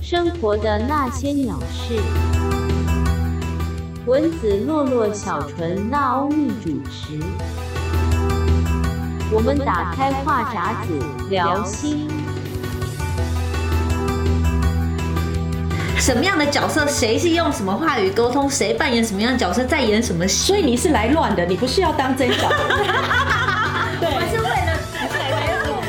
生活的那些鸟事。文子洛洛小纯娜欧米主持。我们打开话匣子聊心。什么样的角色，谁是用什么话语沟通，谁扮演什么样的角色，在演什么戏。所以你是来乱的，你不是要当真 角。我是为了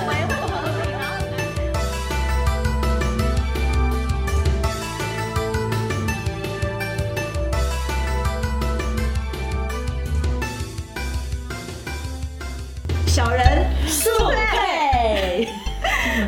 小人速 配。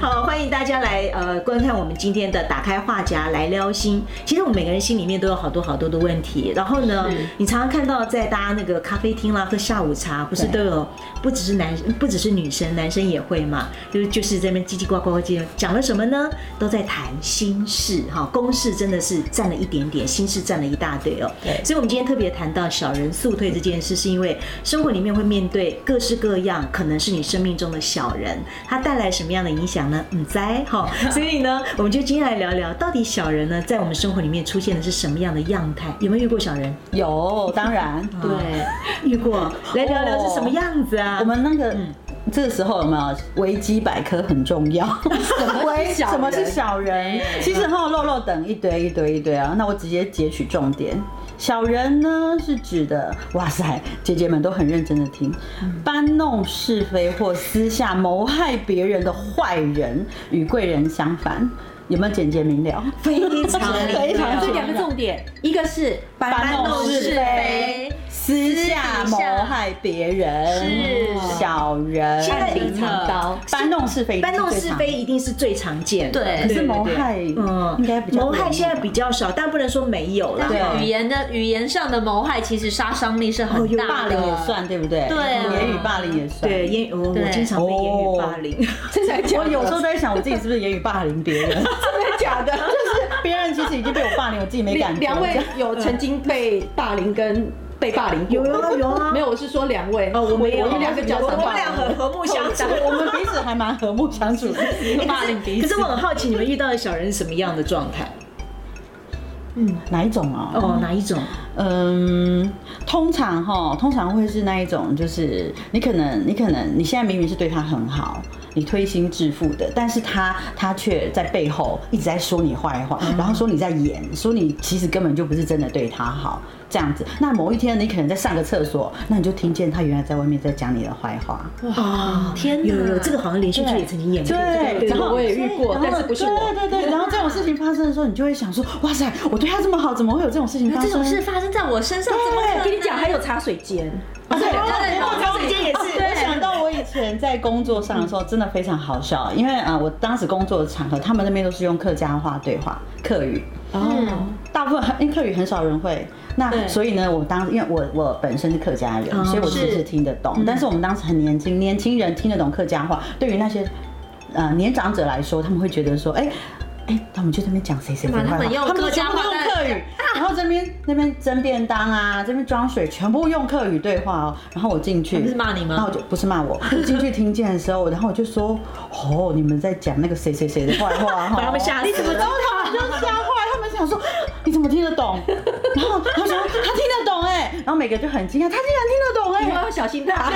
好，欢迎大家来呃观看我们今天的打开话匣来撩心。其实我们每个人心里面都有好多好多的问题，然后呢，你常常看到在大家那个咖啡厅啦喝下午茶，不是都有不只是男不只是女生，男生也会嘛，就是就是这边叽叽呱呱叽讲了什么呢？都在谈心事哈，公事真的是占了一点点，心事占了一大堆哦。对所以我们今天特别谈到小人速退这件事，是因为生活里面会面对各式各样，可能是你生命中的小人，它带来什么样的影响呢？嗯，灾哈。所以呢，我们就今天来聊聊，到底小人呢，在我们生活里面出现的是什么样的样态？有没有遇过小人？有，当然，对。啊，遇过。来聊聊是什么样子啊？我们那个这个时候有没有维基百科很重要？维什么是小嗯人？其实哈肉肉等一堆一堆一堆啊，那我直接截取重点。小人呢是指的，哇塞，姐姐们都很认真的听，搬弄是非或私下谋害别人的坏人，与贵人相反，有没有简洁明了？非 常非常这两个重点，一个是搬弄是非，私下谋害别人，是小人，嗯现在暗比藏刀，搬弄是非，搬弄是非，一定是最常见的，对可是谋对害，嗯嗯，应该比较谋害现在比较少，但不能说没有啦。对语言的语言上的谋害，其实杀伤力是哦很有霸大凌也的。算对不对？对啊言语霸凌也算。对，言我我对经常被言语霸凌，真的假的？我有时候都在想，我自己是不是言语霸凌别人？真的假 的？就是别人其实已经被我霸凌，我自己没感觉。两这位样有曾经被霸凌跟被霸凌有过？啊有啊，没有，我是说两位。哦，我没有，我们两个角我色们霸俩凌。很和睦相处。我们彼此还蛮和睦 相处的。霸凌彼可此是我很好奇，你们遇到的小人是什么样的状态？哪一种啊？哦，哪一种？嗯，通常哈，通常会是那一种，就是你可能，你可能，你现在明明是对他很好，你推心置腹的，但是他他却在背后一直在说你坏话，嗯然后说你在演，说你其实根本就不是真的对他好，这样子。那某一天你可能在上个厕所，那你就听见他原来在外面在讲你的坏话，哦，天哪有有，这个好像连续剧也曾经演过。对，然后我也遇过然，后但是不是对我。对对，然后这种事情发生的时候，你就会想说，哇塞，我对他这么好，怎么会有这种事情发这生？种事发生在我身上，怎么可能？跟你讲，还有茶水间， 啊，对，对我对长时间也是。对我想到我以前在工作上的时候，真的非常好笑，因为啊、呃我当时工作的场合，他们那边都是用客家话对话，客语。嗯哦，大部分很因为客语很少人会，那对哦所以呢，我当因为我我本身是客家人，所以我其实是嗯听得懂。但是我们当时很年轻，年轻人听得懂客家话，对于那些呃年长者来说，他们会觉得说，哎、哎、他们就在那边讲谁谁谁干嘛坏他话，们用他们客家话全部用客语，然后这边那边蒸便当啊，这边装水，全部用客语对话哦。然后我进去，不是骂你吗然后我就不是骂我，我进去听见的时候，然后我就说，哦，你们在讲那个谁谁谁的坏话哦，把他们吓死了你怎么知道他们就吓坏，他们想说 你怎么听得懂？然后他说他听得懂哎，然后每个就很惊讶，他竟然听你得懂们哎。要小心他。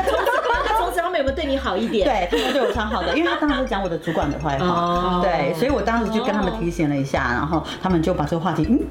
那从此他们有没有对你好一点？对他们对我超好的，因为他当时讲我的主管的坏哦话，对，所以我当时就跟他们提醒了一下，然后他们就把这个话题，嗯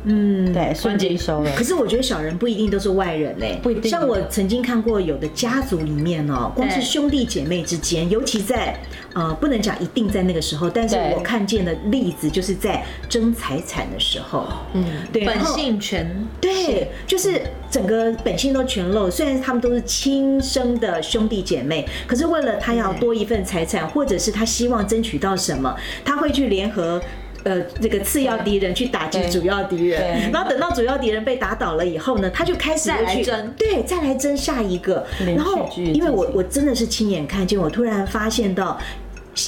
嗯，对，瞬间收了可。是我觉得小人不一定都是外人呢、欸不一定像我曾经看过有的家族里面哦、光是对兄弟姐妹之间，尤其在呃不能讲一定在那个时候，但是对我看见的例子就是在争财产的时候，嗯，对，然本后性全对，就是整个本性都全露。虽然他们都是亲生的兄弟姐妹，可是为了他要多一份财产，或者是他希望争取到什么，他会去联合。呃，这个次要敌人去打击对主要敌人，对然后等到主要敌人被打倒了以后呢，他就开始再又来去争对，再来争下一个。连然后续，剧因为我进行我真的是亲眼看见，我突然发现到。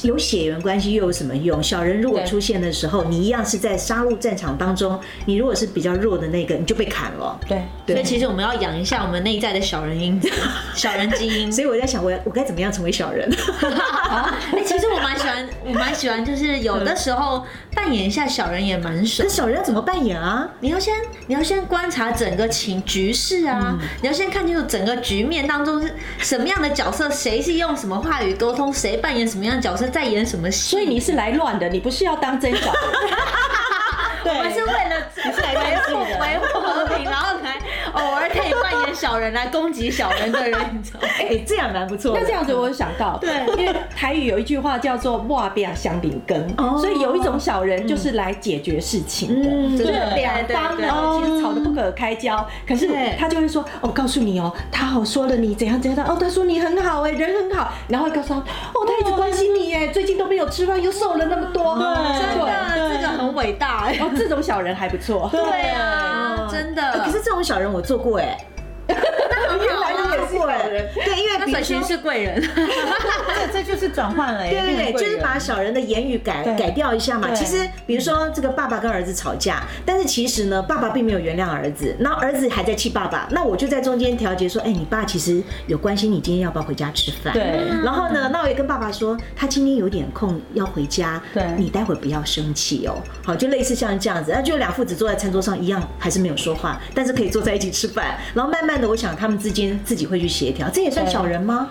有血缘关系又有什么用？小人如果对出现的时候，你一样是在杀戮战场当中，你如果是比较弱的那个，你就被砍了。对，所以其实我们要养一下我们内在的小人因 子、小人基因。所以我在想，我要我该怎么样成为小人？ 哎，其实我蛮喜欢欢，我蛮喜欢，就是有的时候扮演一下小人也蛮爽那。小人要怎么扮演啊？你要先，你要先观察整个情局势啊，你要先看清楚整个局面当中是什么样的角色，谁是用什么话语沟通，谁扮演什么样的角色，在演什么戏。所以你是来乱的，你不是要当真 小人。对，我们是为 了维护维护和平，然后来偶尔可以扮演小人来攻击小人的人，你知道吗？哎、这样蛮不错的。那这样子我有想到，对，因为台语有一句话叫做“莫变香饼羹”，哦所以有一种小人就是来解决事情的。嗯，就是 对两对方对呢，其实吵得不可开交，可是对他就会说：“我告诉你哦，他好说了你怎样怎样，哦，他说你很好哎，人很好。”然后告诉他：“哦，他一直关心你哎，最近都没有吃饭，又瘦了那么多。”真对，的，这个很伟大哎。哦，这种小人还不错。对啊，真的。可是这种小人我做过哎、原来我做过哎、对，因为那比水如说星。是贵人，这这就是转换了耶，对对变对，成贵就是人把小人的言语改对改掉一下嘛。对其实，比如说这个爸爸跟儿子吵架，但是其实呢，爸爸并没有原谅儿子，然后儿子还在气爸爸。那我就在中间调节说，哎，你爸其实有关心你今天要不要回家吃饭。对然后呢，那我也跟爸爸说，他今天有点空要回家，对你待会不要生气哦。好，就类似像这样子，那就两父子坐在餐桌上一样，还是没有说话，但是可以坐在一起吃饭。然后慢慢的，我想他们之间自己会去协调，这也算小人吗？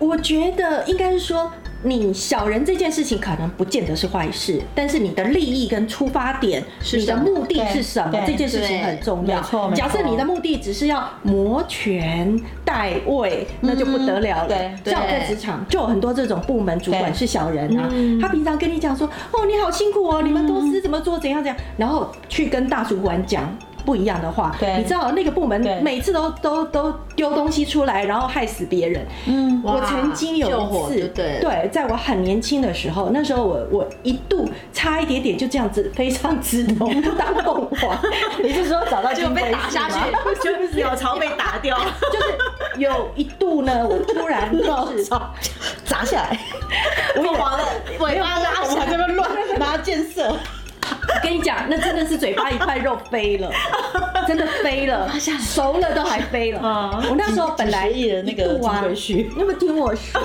我觉得应该是说，你小人这件事情可能不见得是坏事，但是你的利益跟出发点、是你什的么目的是对什么，对这件事情很重要。没错没错假设你的目的只是要摩拳代位，那就不得了了。嗯对对像我在职场就有很多这种部门主管对嗯是小人啊，他平常跟你讲说，哦，你好辛苦哦，你们公司怎么做怎样怎样，然后去跟大主管讲。不一样的话，对你知道那个部门对每次都都都丢东西出来，然后害死别人，嗯，哇我曾经有救火一就次，对了在我很年轻的时候，那时候我我一度差一点点就这样子飞上枝头当凤 凰，你是说找到就金龟被打婿下去吗，就是鸟巢被打 掉。就是有一度呢，我突然 就是砸下来，凤凰的尾巴拉我下还在那边乱拿箭射，我跟你讲，那真的是嘴巴一块肉飞 了，真的飞了，嗯熟了都还飞了。我那时候本来几十亿的那个一度啊金龟婿你有没有听我说？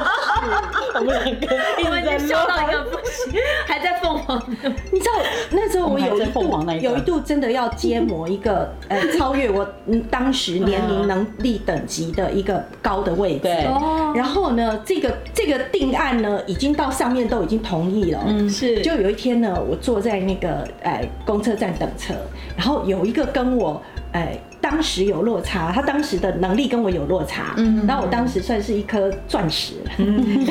我们两个 一我们已直在经笑到一个不行，还在凤凰的你知道那时候我有我们还一在凤凰度那一段有一度真的要揭磨一个呃超越我嗯当时年龄能力等级的一个高的位嗯置。对哦然后呢，这个这个定案呢，已经到上面都已经同意了。嗯，是就有一天呢，我坐在那个呃公车站等车，然后有一个跟我呃当时有落差，他当时的能力跟我有落差，嗯，然后我当时算是一颗钻石， 然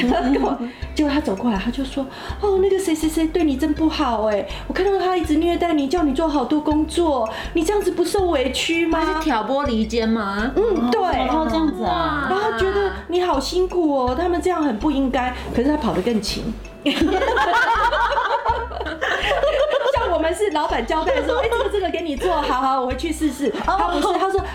后跟我，结果他走过来，他就说，哦，那个谁谁谁对你真不好哎，我看到他一直虐待你，叫你做好多工作，你这样子不受委屈吗？挑拨离间吗？嗯，对，哦这样子啊，然后觉得你好辛苦哦，他们这样很不应该。可是他跑得更勤。 像我们是老板交代说，哎、这个这个给你做，好好，我回去试试。哦他不是，他说，哎、老板，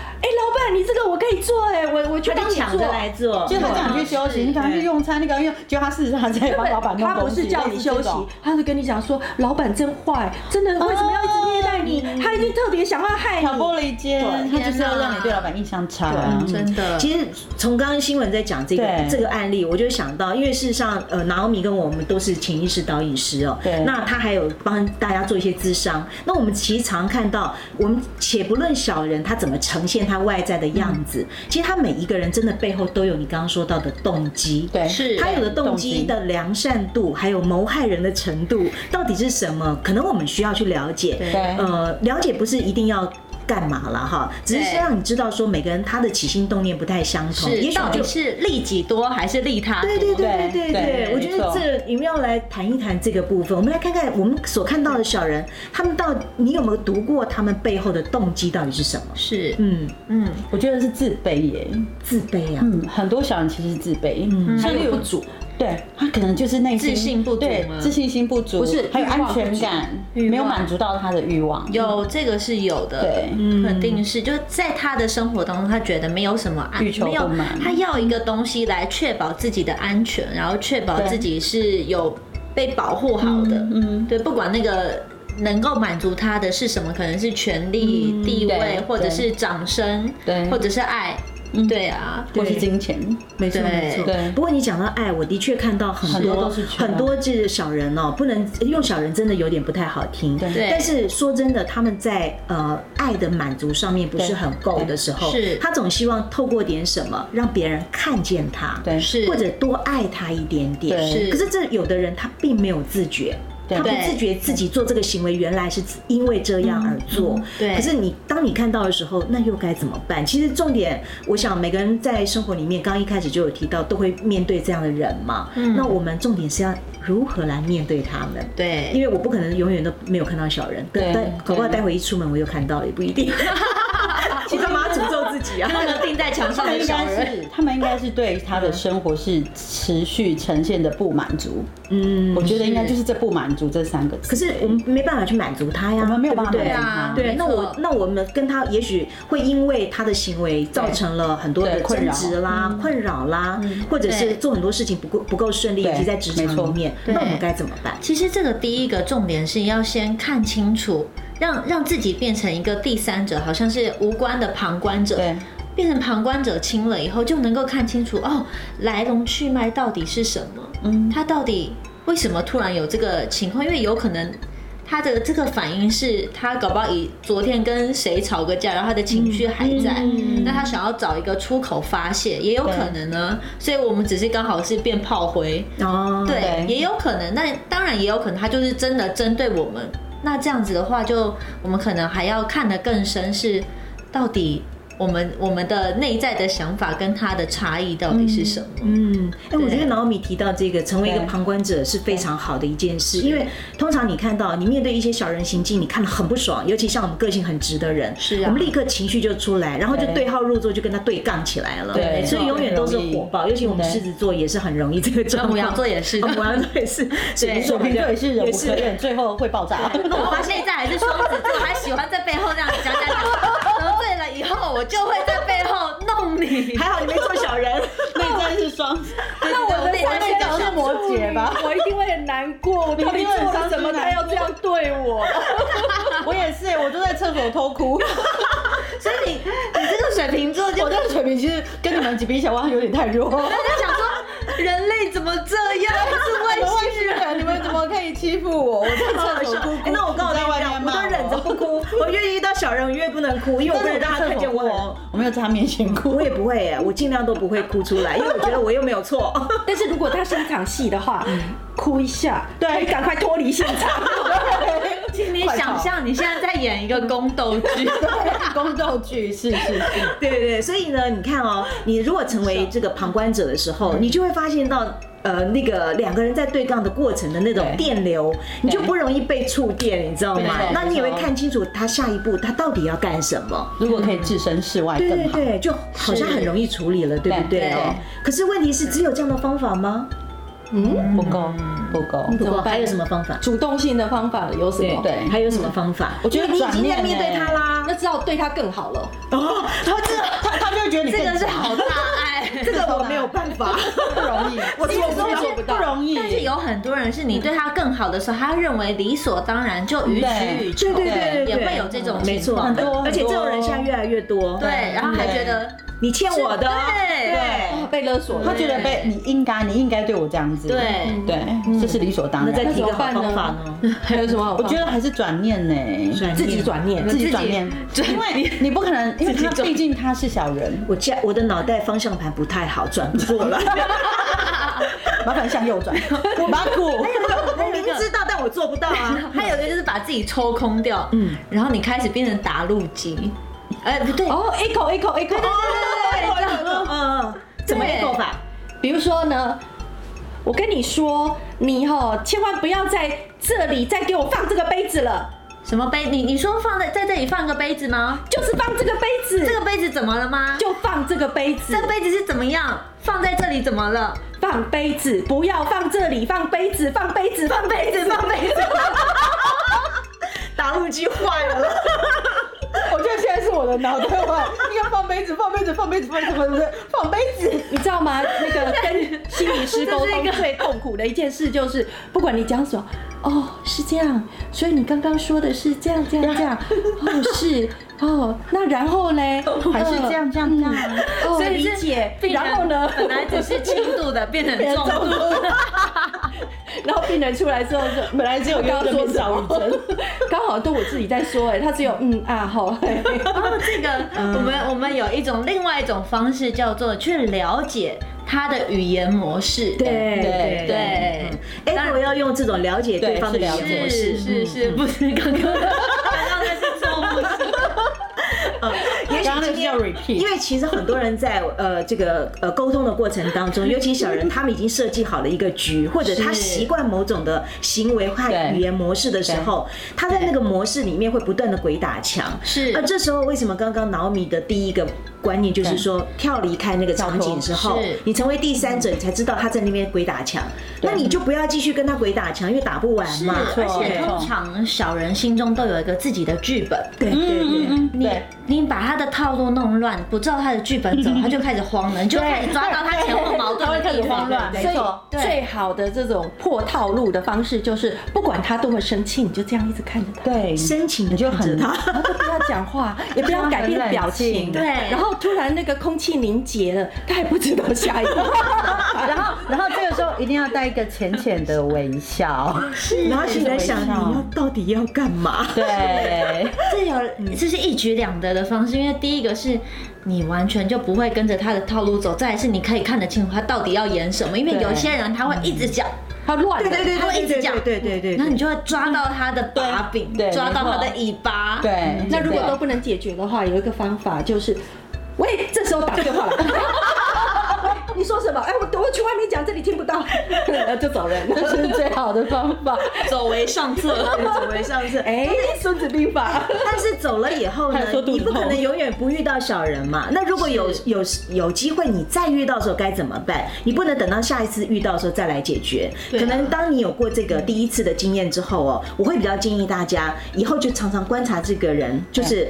你这个我可以做，哎，我 我去帮你抢做着。来做，就是他叫你去休息，你赶快去用餐，你赶快用，结果他事实上在帮老板弄他不东西是叫你休息，他是跟你讲说，老板真坏，真的为什么要一直虐待你？他一定特别想要害你哦挑。拨离间，他就是要让你对老板印象差，嗯真的，呃其实从刚刚新闻在讲这个对这个案例，我就想到，因为事实上，呃，拿欧米跟我们都是潜意识导引师哦、对那他还有帮大家做一些咨商。那我们其实常看到，我们且不论小人他怎么呈现他外在的样子，嗯其实他每一个人真的背后都有你刚刚说到的动机。对，是他有的动动机机的良善度，还有谋害人的程度，到底是什么？可能我们需要去了解。对对呃，了解不是一定要干嘛了哈，只是对让你知道说每个人他的起心动念不太相同，也是许嗯到底就是利己多还是利他多？对对对对对对对，对我觉没得错这你们要来谈一谈这个部分，我们来看看我们所看到的小人，他们到你有没有读过他们背后的动机到底是什么？是嗯，嗯，我觉得是自卑耶，自卑啊，嗯，很多小人其实是自卑，嗯嗯，他像例有如不足，对他可能就是内心自信不足对吗，自信心不足，不是还有欲望安全感，欲望没有满足到他的欲望，有这个是有的，对嗯，肯定是就在他的生活当中，他觉得没有什么安，欲求没不有满他要一个东西来确保自己的安全，然后确保对自己是有被保护好的，嗯，对，不管那个能够满足他的是什么，可能是权力、地位对，或者是掌声，对或者是爱，对啊，或是对金钱，没错对没错对。不过你讲到爱，我的确看到很很多多都是缺爱很多是小人哦，不能用小人真的有点不太好听。对对但是说真的，他们在呃爱的满足上面不是很够的时候，对是他总希望透过点什么让别人看见他，对是或者多爱他一点点。对是可是这有的人他并没有自觉。对他不对自觉自己做这个行为，原来是因为这样而做。嗯对可是你当你看到的时候，那又该怎么办？其实重点，我想每个人在生活里面，刚一开始就有提到，都会面对这样的人嘛。嗯那我们重点是要如何来面对他们？因对，为我不可能永远都没有看到小人，对但搞不好对待会一出门我又看到了，也不 一定。 我干嘛诅咒自己啊？那个钉在墙他上们的应小该人，是，他们应该是对他的生活是持续呈现的不满足。嗯我，觉得应该就是这不满足这三个字。可是我们没办法去满足他呀，我们没有办对不法对对满足啊他，对，没那我错那我们跟他也许会因为他的行为造成了很多的对困争扰嗯执啦、困扰啦，或者对是做很多事情不够不够顺利，对以及在职场没错里面，对那我们该怎么办？其实这个第一个重点是要先看清楚，让让自己变成一个第三者，好像是无关的旁观者。对变成旁观者清了以后，就能够看清楚哦，来龙去脉到底是什么？嗯，他到底为什么突然有这个情况？因为有可能他的这个反应是他搞不好以昨天跟谁吵个架，然后他的情绪还在，那他想要找一个出口发泄，也有可能呢。所以我们只是刚好是变炮灰，哦，对对，也有可能。那当然也有可能，他就是真的针对我们。那这样子的话就，我们可能还要看得更深，是到底我们我们的内在的想法跟他的差异到底是什么？嗯，哎、我对觉得老米提到这个，成为一个对旁观者是非常好的一件事，因为通常你看到你面对一些小人行径，你看了很不爽，尤其像我们个性很直的人，是啊我们立刻情绪就出来，然后就对对号入座，就跟他对杠起来了，对所以永远都是很容易火爆，尤其我们对狮子座也是很容易这个那状况，母羊座也是，哦 母羊座也是，水瓶水座瓶座也是忍也无可是。忍，最后会爆炸。 那我发现内在还是双子座，还喜欢在背后这样讲讲讲，得罪了以后我就会在背后弄你。 还好你没做小人，内在是双， 那我内我内角是摩羯吧？我一定会很难过， 我到底做了什么，啊他要这样对我？我也是，我都在厕所偷哭。 所以你你这个水瓶座就我这个水平其实跟你们几比起来，我好像有点太 弱。我在想说，人类怎么这样？是外星人。你们怎么可以欺负我？我在 厕 所哭哎那我跟我在外面我骂都忍着不哭，我越遇到小人，我越不能哭，因为我不能让他看见我很我，哦我没有在他面前 哭我。也不会耶，我尽量都不会哭出来，因为我觉得我又没有错。 但是如果他是一场戏的话，哭一下，对，赶快脱离现场。请你想象你现在在演一个宫斗剧，宫斗剧是是是，对对对，所以呢，你看哦，你如果成为这个旁观者的时候，你就会发现到。呃，那个两个人在对杠的过程的那种对电流，你就不容易被触电，你知道没吗错？那你也会没错看清楚他下一步他到底要干什么。如果可以置身事外对更对好。对，就好像很容易处理了，对不对对哦对？可是问题是，只有这样的方法吗？嗯，不够不够。怎么办还有什么方法？主动性的方法有什么？对还有什么方法？我觉得你已经在转念欸面对他啦那。知道对他更好了。哦，他这个他他就会觉得 你这更个是好大爱。这个我没有办法，不容易，我做不到做不到，不容易。但是有很多人是你对他更好的时候，他认为理所当然，就予取予求，对对对对对也会有这种没情错，况很。多而且这种人现在越来越多。对，然后还觉得你欠我的，对哦被勒索了，他觉得被你应该，你应该对我这样子。对，对，这是理所当那然再那提怎一个么好办方法呢呢？？还有什么好我办法？觉得还是转念呢，转念自己转念，自己转念，转因为你不可能，因为他毕竟他是小人，我家我的脑袋方向盘不太好，转不过来。麻烦向右转，我把骨。我明知道，但我做不到啊。还有一个就是把自己抽空掉，嗯嗯，然后你开始变成打路机，哎，不对，哦，echo echo echo，嗯嗯，怎么一个法？比如说呢，我跟你说，你哈、千万不要在这里再给我放这个杯子了，什么杯？你你说放在在这里放个杯子吗？就是放这个杯子，这个杯子怎么了吗？就放这个杯子，这个杯子是怎么样？放在这里怎么了？放杯子，不要放这里，放杯子，放杯子，放杯子，放杯子。打路机坏了， 我觉得现在是我的的脑袋外，应该放杯子，放杯子，放杯子，放杯子，放杯子，放杯子。你知道吗？那个跟心理师 沟通最痛苦的一件事就是，不管你讲什么，哦，是这样，所以你刚刚说的是这样这样 这样，哦是，哦那然后嘞，还是这样这样这样啊，哦，所所以以是理解，病人然后呢， 本来只是轻度的，变成重度。然后病人出来之后说，本来只有我刚忧刚郁症说变什躁郁么？刚好都我自己在说，哎，他只有嗯啊 好，嘿哦，这个我们我们有一种另外一种方式叫做去了解他的语言模式。对对，哎，我要用这种了解对方的语对是了解言模是式，是是，不是刚刚刚刚那是错误。 也许刚刚那今个天叫 repeat 因为其实很多人在呃这个呃沟通的过程当中，尤其小人，他们已经设计好了一个局，或者他是习惯某种的行为和对语言模式的时候，他在那个模式里面会不断的鬼打墙。是啊而这时候为什么刚刚脑米的第一个观念就是说跳离开那个场景之后是，你成为第三者，你才知道他在那边鬼打墙，那你就不要继续跟他鬼打墙，因为打不完是，嘛。而且没错通常小人心中都有一个自己的剧本。对对对。嗯嗯，你对，你把他的套路弄乱，不照他的剧本走，他就开始慌了，你就开始抓到他前后矛盾的地方了。所以最好的这种破套路的方式就是，不管他多么生气，你就这样一直看着他。对，深情你的就很他，然后都不要讲话，也不要改变表情， 这样很冷静对然后突然那个空气凝结了，他还不知道下一步。啊然后然后这个时候一定要带一个浅浅的微笑，然后心里在想是你要到底要干嘛？对，这有这是一举两得的方式，因为第一个是你完全就不会跟着他的套路走，再来是你可以看得清楚他到底要演什么，因为对有些人他会一直讲，他乱了，对对他会对一对直对讲，对对对，然后你就会抓到他的把柄对，对抓到他的尾巴，对， 那如果都不能解决的话，有一个方法就是，喂，这时候打电话来。喂 你说什么？哎，我等我去外面讲，这里听不 到，然后就走人。 这是最好的方法，走为上 策。对走为上策。哎，《孙子兵法 但是走了以 后呢还有说，肚你子不可痛能永远不遇到小人嘛。那如果有有有机会，你再遇到的时候该怎么办？你不能等到下一次遇到的时候再来解决。对啊可能当你有过这个第一次的经验之后哦，我会比较建议大家以后就常常观察这个人，就是。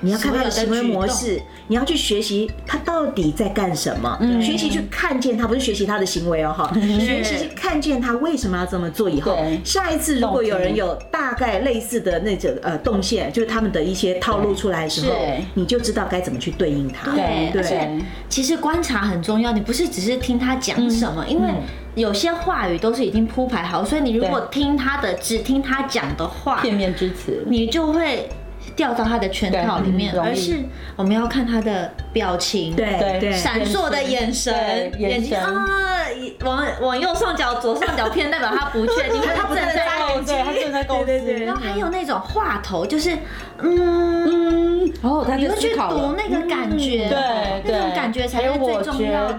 你要看他的行为模式，你要去学习他到底在干什么，嗯学习去看见他，不是学习他的行为哦，哈，学习去看见他为什么要这么做。以后对下一次如果有人有大概类似的那种呃动线，就是他们的一些套路出来的时候是，你就知道该怎么去对应它。对，对而且其实观察很重要，你不是只是听他讲什么，因为嗯有些话语都是已经铺排好，所以你如果对听他的，只听他讲的话，片面之词，你就会掉到他的圈套里面，对嗯而是我们要看他的表情，对对对，闪烁的眼神，对眼眼睛神啊，往往右上角、左上角偏，代表他不确定，他正 在构动。思，他正在构思，对对对然后还有那种话头，就是嗯，》，然后哦他你就会去思考读了。那个感觉，嗯对对，那种感觉才是最重要的。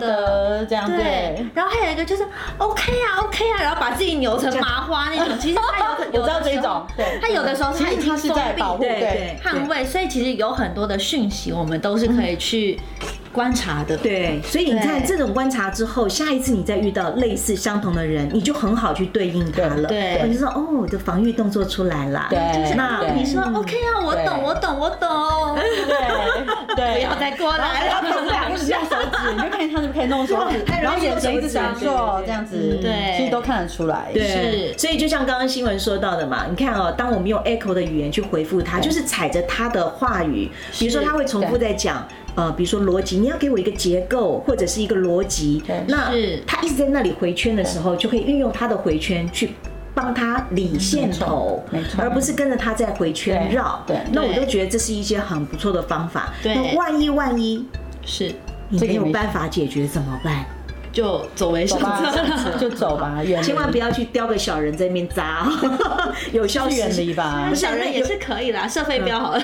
的。这样对对，，然后还有一个就是 OK 啊，OK 啊，然后把自己扭成麻花那种。其实他有有 我知道的时这候种，对他有的时候其他已实经他是在封闭保护，对对捍卫，所以其实有很多的讯息，我们都是可以去观察的。，对，所以你看对这种观察之后，下一次你再遇到类似相同的人，你就很好去对应他了。对你就说哦，我的防御动作出来啦。对那对你 说 OK 啊，我懂，对我懂，我懂，对对，不要再过来然后动了。两下手指，你就看他是不是可以弄手指，然后眼神一直闪烁，这样子，对其实都看得出来。对，是所以就像刚刚新闻说到的嘛，你看哦，当我们用 echo 的语言去回复他，就是踩着他的话语，比如说他会重复在讲。呃，比如说逻辑，你要给我一个结构或者是一个逻辑对，那是他一直在那里回圈的时候，就可以运用他的回圈去帮他理线头，没错没错而不是跟着他在回圈对绕。对那我都觉得这是一些很不错的方法。对那万一万一 是，你这个没也有没办法解决怎么办？就走为走上吧策。，就走吧，远离千万不要去叼个小人在那边扎 哦，有效远离吧。小人也嗯是可以啦，射飞镖好了。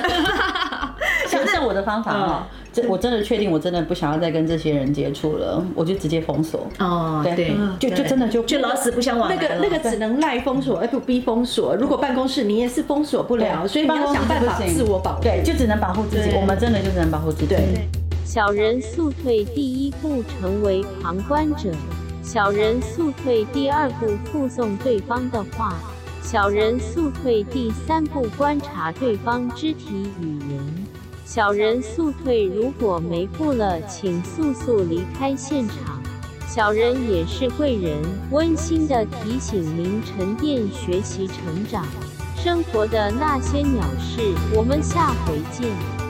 像是我的方嗯法哈，这我真的确定，我真的不想要再跟这些人接触了，我就直接封锁。哦，对对，就就真的就就老死不相往来嗯那个了那个只能赖封锁，FB 封锁。如果办公室你也是封锁不了，所以你办要公室想办不法行自我保护。对，就只能保护自己。对我们真的就只能保护自己。对小人速退第一步，成为旁观者；小人速退第二步，附送对方的话；小人速退第三步，观察对方肢体语言；小人速退，如果没布了，请速速离开现场。小人也是贵人，温馨的提醒您沉淀、学习、成长。生活的那些鸟事，我们下回见。